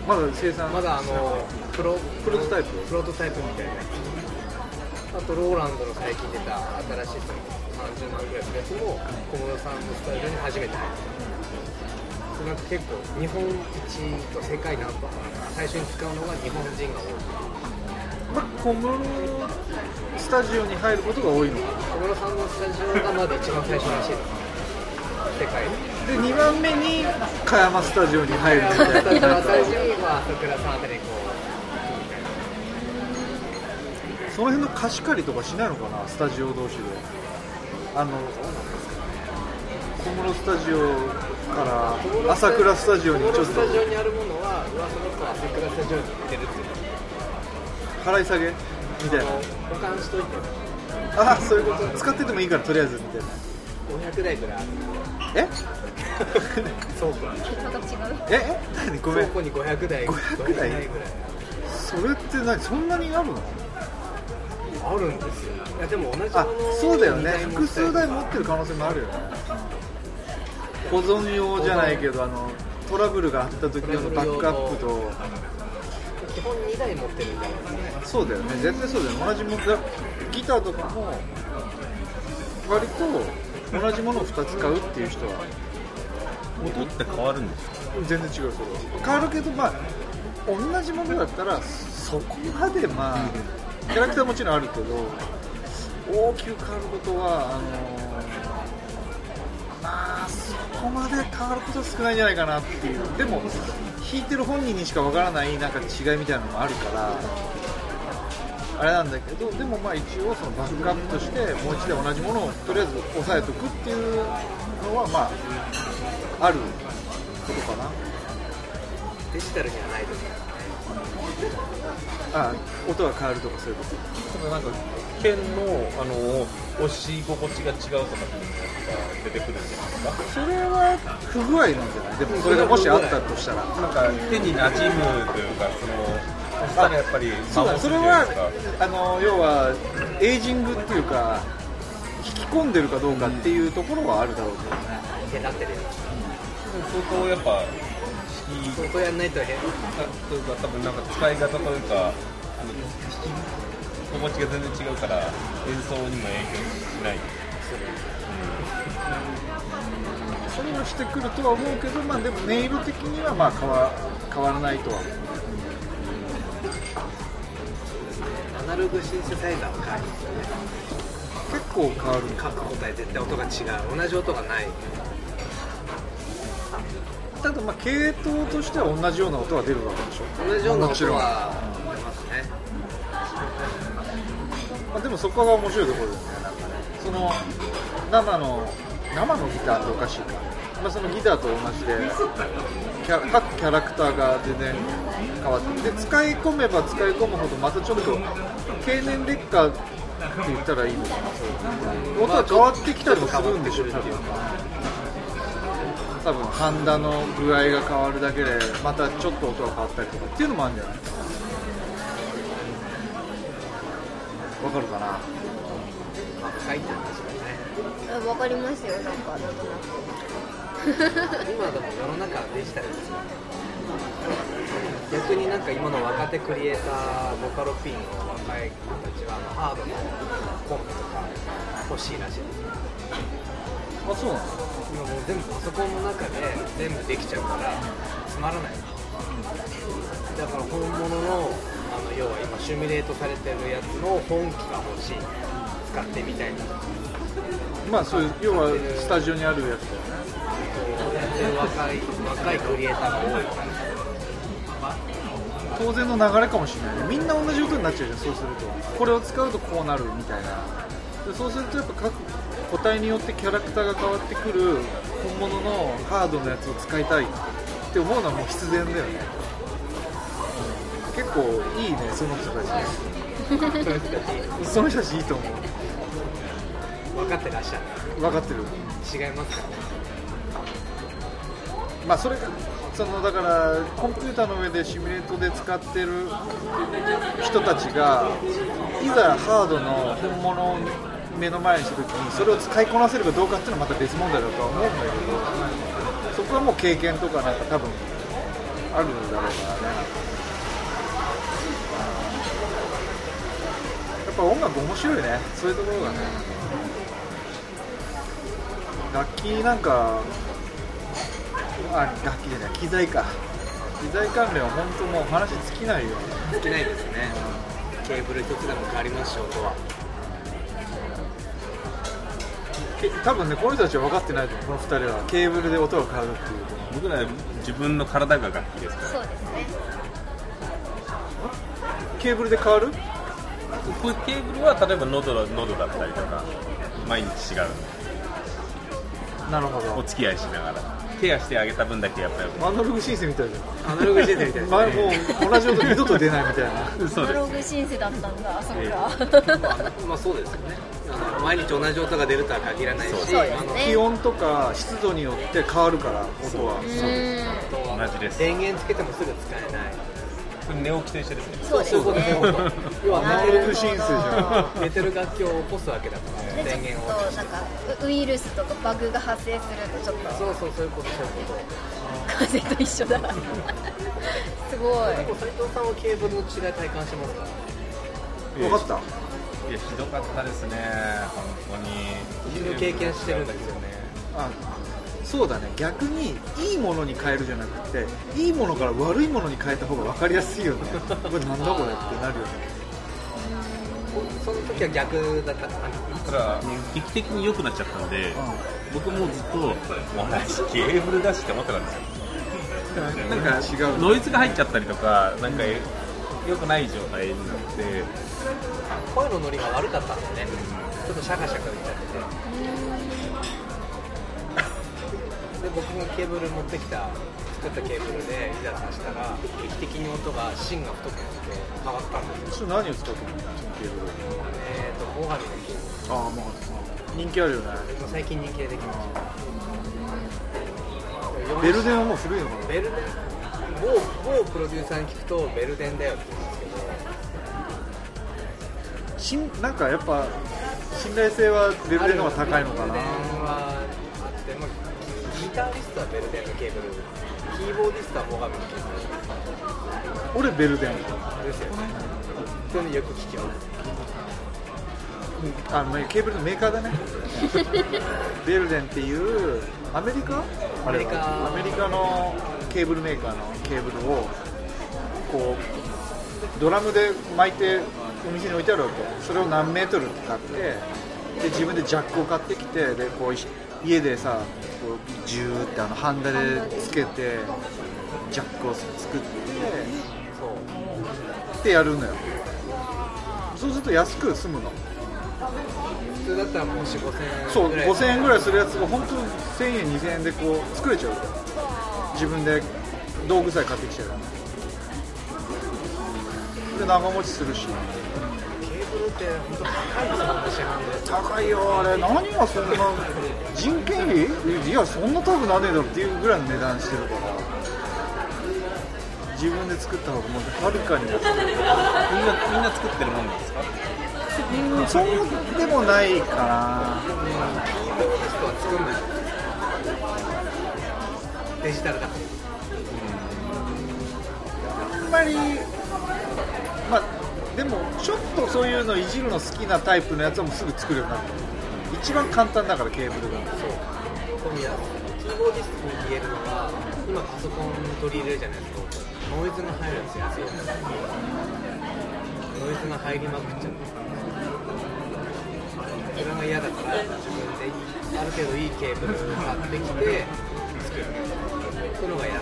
S5: まだ生産
S7: まだあのプロ
S5: プロトタイプ
S7: プロトタイプみたいなやつあとローランドの最近出た新しいその30万ぐらいのやつも小室さんのスタジオに初めて入ったでなんか結構日本一と世界ナンバーワン最初に使うのが日本人が多い
S5: まあ小室スタジオに入ることが多いのか
S7: 小室さんのスタジオがまだ一番最初らしいです世界で
S5: で2番目に加山スタジオに入るみたいな
S7: 新しいは桜さんあたりにこ
S5: その辺の貸し借りとかしないのかなスタジオ同士であの小室スタジオから
S7: う
S5: 朝倉スタジオにちょっ
S7: 小室ス
S5: と
S7: タジオにあるものは噂の人は朝倉スタジオに行ってるっていう
S5: 払い下げみたいな
S7: 保管しといて
S5: ああそういうこと使っててもいいからとりあえずみたい
S7: 500台ぐらいある
S5: なえ
S7: 倉庫
S2: また違う
S5: ええ何ごめ
S7: 倉
S5: ん
S7: 庫に500台
S5: 500台
S7: ぐらい
S5: それって何そんなにあるの
S7: あるんですよいやでも同じもの
S5: あそうだよね
S7: 二台持って
S5: 複数台持ってる可能性もあるよね保存用じゃないけどあのトラブルがあった時用のバックアップと
S7: 基本2台持ってるんだよね
S5: そうだよね絶対そうだよね同じものだギターとかも割と同じものを2つ買うっていう人は
S6: 音って変わるんですか
S5: 全然違うそれは変わるけどまあ同じものだったらそこまでまあキャラクターもちろんあるけど大きく変わることはあのまあそこまで変わることは少ないんじゃないかなっていうでも弾いてる本人にしかわからないなんか違いみたいなのもあるからあれなんだけどでもまあ一応そのバックアップとしてもう一度同じものをとりあえず押さえとくっていうのはまああることかな
S7: デジタルにはないですね
S5: あ音が変わるとかそういうこと
S6: そのなんか剣のあの押し心地が違うとかっていうのが出てくるんじゃないですか
S5: それは不具合なんじゃないでもそれがもしあったとしたら
S6: なんか手に馴染むというかそのそしたらやっぱり
S5: そうだそれはあの要はエイジングっていうか引き込んでるかどうかっていうところはあるだろうけどね
S7: 手立ってるよ
S6: 相当やっぱ引き
S7: 相当やんないと変
S6: というか多分なんか使い方というかあの引き心地が全然違うから演奏にも影響しない
S5: それをしてくるとは思うけどまあでも音色的にはまあ変わ変わらないとは思う
S7: アナログシンセサイザーは変わりますよね
S5: 結構変わる
S7: 各個体絶対音が違う同じ音がない
S5: ただまあ系統としては同じような音が出るわけでしょ
S7: 同じような音は出ますね
S5: まあ、でもそこが面白いところだよねなんかねその生の生のギターっておかしいか、まあ、そのギターと同じでキャ各キャラクターが全然変わってで使い込めば使い込むほどまたちょっと経年劣化って言ったらいいのかなそう音は変わってきたりもするんでしょ多分多分ハンダの具合が変わるだけでまたちょっと音が変わったりとかっていうのもあるんじゃないわかるかな
S7: まあ深いって話だね
S2: うんわかりますよなんかなんとなく
S7: 今でも世の中はデジタルですよね逆になんか今の若手クリエイターボカロピンの若い子たちはあのハードのコンプとか欲しいらしいですよ
S5: あそうなの
S7: 今もう全部パソコンの中で全部できちゃうからつまらないだから本物のあの要は今シミュレートされてるやつの本気が欲しい使ってみたいなと
S5: まあそういう要はスタジオにあるやつだよね
S7: 若い若いクリエイターが多いから
S5: 当然の流れかもしれないねみんな同じことになっちゃうじゃんそうするとこれを使うとこうなるみたいなでそうするとやっぱ各個体によってキャラクターが変わってくる本物のハードのやつを使いたいって思うのはもう必然だよね結構いいねその人たちねその人たちいいと思
S7: 分かってらっしゃる
S5: う分かってる
S7: 違いますか
S5: まあそれがそのだからコンピューターの上でシミュレートで使ってる人たちがいざハードの本物を目の前にした時にそれを使いこなせるかどうかっていうのはまた別問題だとは思うんだけどそこはもう経験とかなんか多分あるんだろうからねやっぱ音楽面白いねそういうところがね楽器なんかあ楽器じゃない機材か機材関連は本当もう話尽きないよ
S7: できないですねケーブル一つでも変わりますし音は
S5: け多分ねこの人たちは分かってないと思うこの2人はケーブルで音が変わるっていう
S6: 僕ら自分の体が楽器ですから
S2: そうですね
S5: ケーブルで変わる
S6: こういうケーブルは例えば喉だ喉だったりとか毎日違う
S5: なるほ
S6: お
S5: ど
S6: 付き合いしながらケアしてあげた分だけやっぱり
S5: アナログ申請みたいじゃ
S7: アナログ人生みたい
S5: ん、
S7: で す
S5: ま、も
S7: ね
S5: う同じ音二度と出ないみたいな
S6: そう
S8: アナ
S6: で
S8: ロ
S6: す
S8: グシンセだったんだ、そっ
S6: ええ
S8: か。
S7: まあ、まあそうですよねあの毎日同じ音が出るとは限らないし
S6: そう
S2: そうで
S7: あ
S2: す
S7: の
S5: 気
S2: ね
S5: 温とか湿度によって変わるから音は
S2: うん
S7: 音は
S6: 同じです
S7: 電源つけてもすぐ使えない
S6: 寝起きと一緒ですね
S2: そうですね
S7: 要は
S5: アナログ申請じゃん
S7: 寝てる楽器を起こすわけだから
S2: でちょっ
S7: 電源を
S2: となんかウウイルスとかバグが発生するとちょっと
S7: そうそうそういうことそういうこと
S2: 風邪と一緒だすごい
S7: でも斉藤さんはケーブルの違い体感してますから
S5: 分かった
S6: いやひどかったですね本当
S7: 自
S6: に
S7: 分経験してるんですよね
S5: あそうだね逆にいいものに変えるじゃなくていいものから悪いものに変えた方が分かりやすいよねこれなんだこれってなるよね
S7: その時は逆だったかな
S6: ただ劇的に良くなっちゃったので、僕もずっと私ケーブルだしって思ってたんですよ
S5: なんか違う
S6: ノイズが入っちゃったりとかなんか良くない状態になって
S7: 声のノリが悪かったんでねちょっとシャカシャカ言っちゃっててで僕もケーブル持ってきた作ったケーブルでいざ挿したら劇的に音が芯が太くなって変わったんですよ
S5: それ何を使うと思うのケーブル
S7: えっ、ー、とモガミのケーブ
S5: ああまあ人気あるよね
S7: ルもう最近人気でできました
S5: ベルデンはもう古いのか
S7: ベルデン某某プロデューサーに聞くとベルデンだよって言うんですけど
S5: なしんなんかやっぱ信頼性はベルデンの方が高いのかな
S7: ベルデンはあって、まあ、ギタリストはベルデンのケーブルキーボーディストはモガミのケーブル
S5: 俺ベルデン、
S7: ですよね。そういうのよく聞きます。
S5: あのケーブルのメーカー だねベルデンっていうアメリカあれは
S7: アメリカ
S5: アメリカのケーブルメーカーのケーブルをこうドラムで巻いてお店に置いてあるわけそれを何メートルって買ってで自分でジャックを買ってきてでこうい家でさこうジューってあのハンダでつけてジャックを作って
S7: そう。
S5: ってやるのよそうすると安く済むの
S7: 普通だったらもう4、5000円。
S5: そう5000円ぐらいするやつが本当に1000円2000円でこう作れちゃうから自分で道具さえ買ってきちゃうからで長持ちするし
S7: ケーブルって本当高いですもんね、市販で。
S5: 高いよあれ何がそんな人件費いやそんな高くなんねえだろっていうぐらいの値段してるから自分で作った方がもうはるかに安い
S6: みんなみんな作ってるもんなんですか
S5: うんそんなでもないか
S7: キーボーディストは作んない。デジタルだから。
S5: なあんまりまあでもちょっとそういうのいじるの好きなタイプのやつはもうすぐ作るようになる一番簡単だからケーブルが
S7: そう。今夜、キーボーディストに言えるのが、今パソコン取り入れるじゃないですか。ノイズが入るんですよ、安いやつノイズが入りまくっちゃうんですよ。それが嫌だから、自分である程度いいケーブルを買ってきて、作る。そういうのが安い。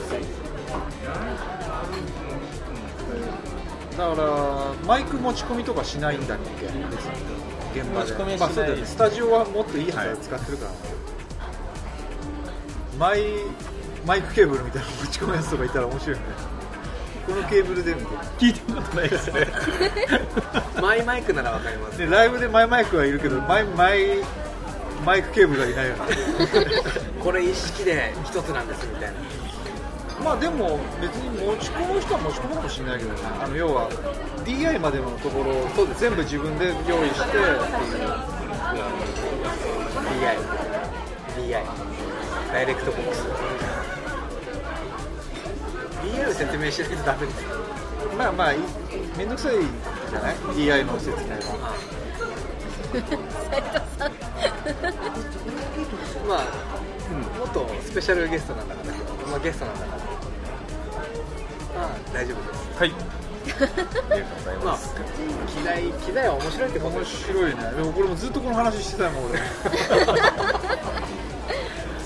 S5: だからマイク持ち込みとかしないんだっけ現場で
S6: 持ち込みはしない
S5: まあそうだよねスタジオはもっといいやつを使ってるから、マイマイクケーブルみたいなの持ち込むやつとかいたら面白いよねこのケーブルでみたいな
S6: 聞いたことないですね
S7: マイマイクならわかります。
S5: でライブでマイマイクはいるけどマイマイマイクケーブルはいないよね
S7: これ一式で一つなんですみたいな。
S5: まあでも別に持ち込む人は持ち込むかもしれないけどねあの要は DI までのところを全部自分で用意してっていう
S7: DI。DI。ダイレクトボックス。DI を説明しないとダメです。
S5: まあまあいめんどくさいじゃない DI の説明は
S2: 斉藤さん
S7: まあ、元スペシャルゲストなんだから、まあ、ゲストなんだから、まあ、大丈夫です。
S6: はいありがとうござい
S7: ま
S6: ま
S7: あ
S6: す、
S7: 機材、機材は面白いってこと
S5: 面
S7: です。
S5: 白いねでもこれもずっとこの話してたもん 俺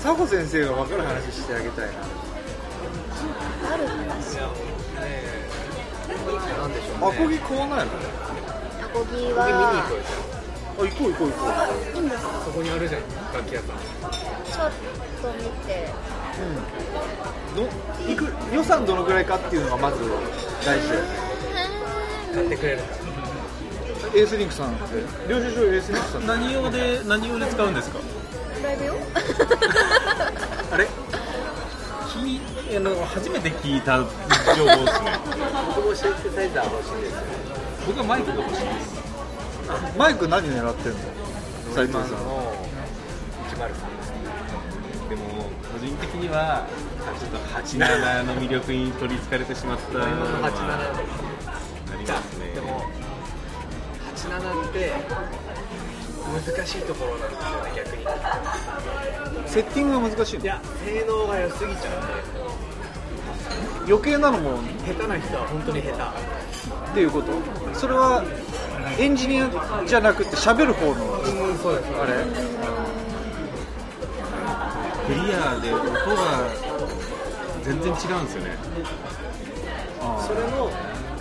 S5: 佐保先生が分かる話してあげたいな
S2: あるんだし
S7: なんでしょう
S5: ア
S7: ね。
S5: コギ買わないの
S2: アコギ
S7: 見に行
S2: は
S7: こうよ。
S5: あ行こう行こう行こ
S2: いいんですか
S7: そこにあるじゃん、楽器屋さん。
S2: ちょっと見て
S5: うどいく予算どのぐらいかっていうのがまず大事だよね
S7: 買ってくれるから。
S5: エースリンクさんって領収書エースリンクさん
S6: 何用で何用で使うんですか
S2: ライブよ
S5: あれ
S6: 聞いあの初めて聞いた情報ですね
S7: 僕もシンセサイザー欲しいですよ。
S6: 僕はマイクが欲しいです
S5: マイク何狙ってんの斉藤さん
S7: 今の103ですね
S6: でも個人的にはちょっと87の魅力に取りつかれてしまったの
S7: 今の
S6: は
S7: 87です
S6: ありますね
S7: でも87って難しいところなんですよね逆に
S5: セッティングが難しいの
S7: いや性能が良すぎちゃうん
S5: 余計なのも
S7: で下手な人は本当に下手
S5: っていうことそれはエンジニアじゃなくて喋る方の
S7: うんそうですあれ
S6: クリアで音が全然違うんですよね
S7: それの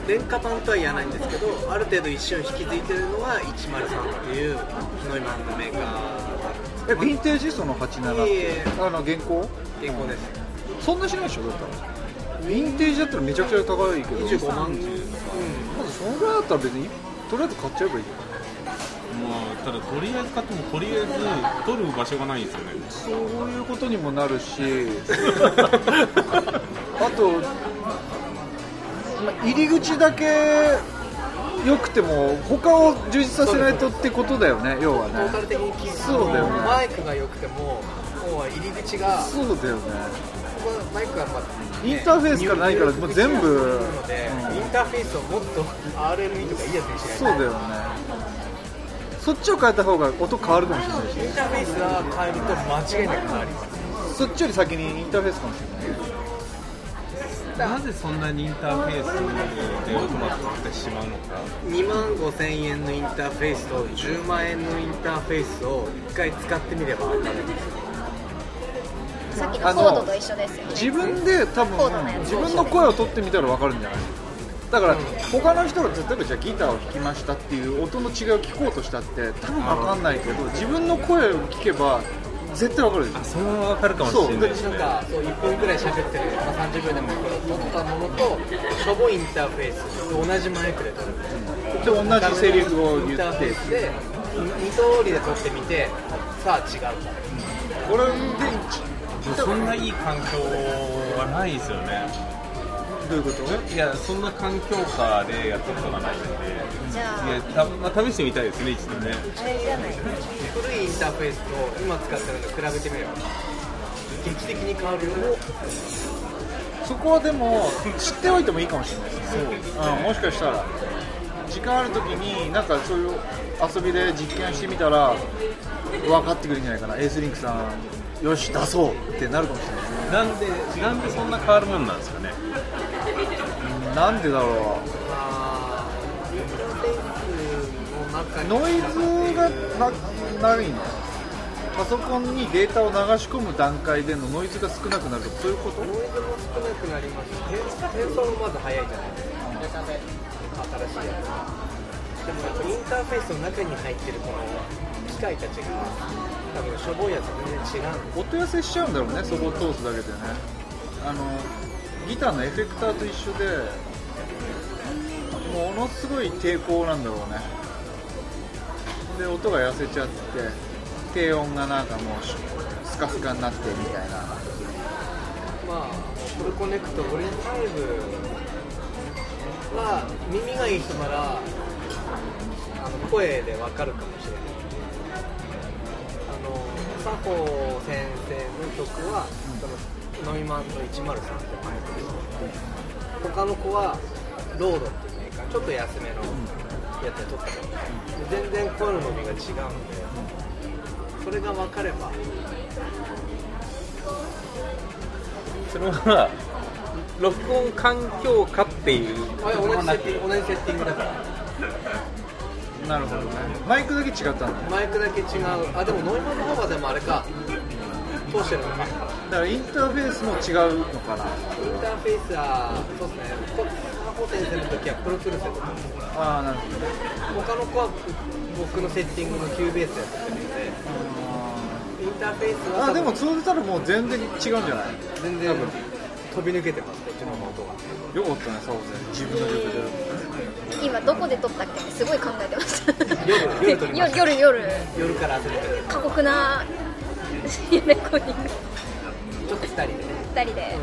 S7: 廉価版とは言わないんですけどある程度一瞬引き継いでるのは103っていう日の今のメーカー
S5: えヴィンテージその87っ
S7: いえい
S5: て
S7: え
S5: あの現行
S7: 原稿です
S5: そんなしないでしょだったらヴィンテージだったらめちゃくちゃ高いけど
S7: 25万っていう
S5: まずそのぐらいだったら別にとりあえず買っちゃえばいいよ
S6: まあただとりあえず買ってもとりあえず取る場所がないんですよね
S5: そういうことにもなる しあと、ま入り口だけ良くても他を充実させないとってことだよね要は
S7: トータ
S5: ね
S7: ル的に聞いて
S5: そうだよね
S7: マイクが良くてももう入り口が
S5: そうだよね
S7: ここはマイクがまあ
S5: インターフェースがないからもう全部、
S7: なので、インターフェースをもっと RME とかいいやつにしない
S5: そ
S7: と
S5: うだよねそっちを変えた方が音変わるかもしれないし
S7: インターフェースは変えると間違いなく変わります
S5: そっちより先にインターフェースかもしれない
S6: なぜそんなにインターフェースで音が変わってしまうのか
S7: 2万5千円のインターフェースと10万円のインターフェースを1回使ってみれば分かるんですよ
S2: さっきのコードと一緒ですよね
S5: 自分で
S2: そ
S5: 多
S2: うだね
S5: 分自分の声を取ってみたら分かるんじゃないだから他の人が例えばじゃあギターを弾きましたっていう音の違いを聞こうとしたって多分分かんないけど自分の声を聞けば絶対分かるでしょ
S6: それはわかるかもしれないです
S7: なん
S6: ね
S7: かそう1分くらい喋ってる、まあ、30秒でもいいから撮ったものとしょぼいインターフェース同じマイクで撮る
S5: で同じセリフを
S7: イ
S5: 言
S7: ンター
S5: っ
S7: フェ
S5: て
S7: ースで2通りで撮ってみてさあ違うか
S5: これで
S6: そんないい環境はないですよね
S5: どういうこと
S6: いやそんな環境下でやったことがないんで
S2: じゃ
S6: い
S2: あ
S6: やた、まあ、試してみたいですね一度ね
S2: あれじゃない
S7: 古いインターフェースと今使ってるのと比べてみれば劇的に変わるよ
S5: そこはでも知っておいてもいいかもしれないですね、うん、もしかしたら時間ある時になんかそういう遊びで実験してみたら分かってくるんじゃないかなエースリンクさんよし出そうってなるかもしれないですね
S6: なんでなんでそんな変わるもんなんですかね
S5: なんでだろ
S7: まあインター
S5: う
S7: フェースの中に
S5: ノイズがなないのパソコンにデータを流し込む段階でのノイズが少なくなるとかそういうこと
S7: ノイズも少なくなりますし転転送もまず早いじゃないですか新しいやつでもやっぱインターフェースの中に入ってるこの機械たちが多分しょぼいやつと全然違うんで
S5: 音寄せしちゃうんだろうねそこを通すだけでねあのギターのエフェクターと一緒でものすごい抵抗なんだろうねで音が痩せちゃって低音がなんかもうスカスカになってみたいな
S7: すまあフルコネクト5 5は耳がいい人ならあの声でわかるかもしれないあの佐保先生の曲は、そのノイマンの103ってマイクです他の子はロードっていうメーカーちょっと安めのやつで撮ったので全然声の伸びが違うのでそれが分かれば
S6: それは録音環境下っていう
S7: あれ同じセッティング同じセッティングだから
S5: なるほどねマイクだけ違ったんだね
S7: マイクだけ違うあでもノイマンの方がでもあれか通してるのかイン
S5: だからインターフェースも違うのかな
S7: ターフェースはそうですねこサポ先生の時はプロトゥルスやってたんですよ
S5: ああなるほど
S7: 他の子は僕のセッティングのキューベースやってるのでインターフェースは
S5: あ
S7: 多
S5: ーで
S7: 分
S5: もそうしたらもう全然違うんじゃない
S7: 全然飛び抜けてますねうちの音が
S5: よかったねサボさん自分の曲で
S2: 今どこで撮ったっけってすごい考えてました
S7: 夜夜撮りました
S2: 夜夜夜
S7: 夜から遊びに行って
S2: 過酷な レコーディング
S7: ちょっと2人でね
S2: 2人で
S5: ね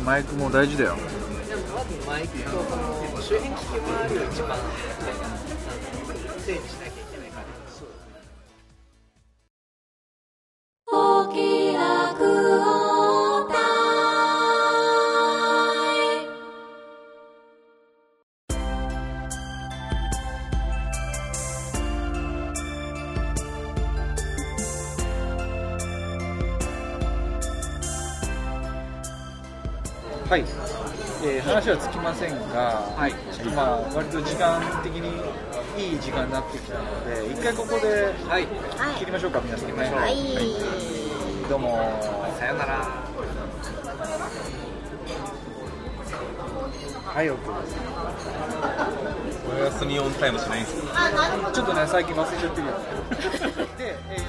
S5: マイクも大事だよ
S7: でもまずマイクとこの周辺機器周りを一番整理しなきゃいけないからそう
S5: はい、えー話はつきませんが、
S4: はい
S5: ちょっとまあ割と時間的にいい時間になってきたので一回ここで
S4: はい
S2: はい
S5: 切りましょうか皆さんね
S2: はい、
S5: どうも
S4: さよなら
S5: はい奥
S6: おやすみオンタイムしないんですよ
S2: あなるほど
S5: ちょっとね最近忘れちゃってるよで、えー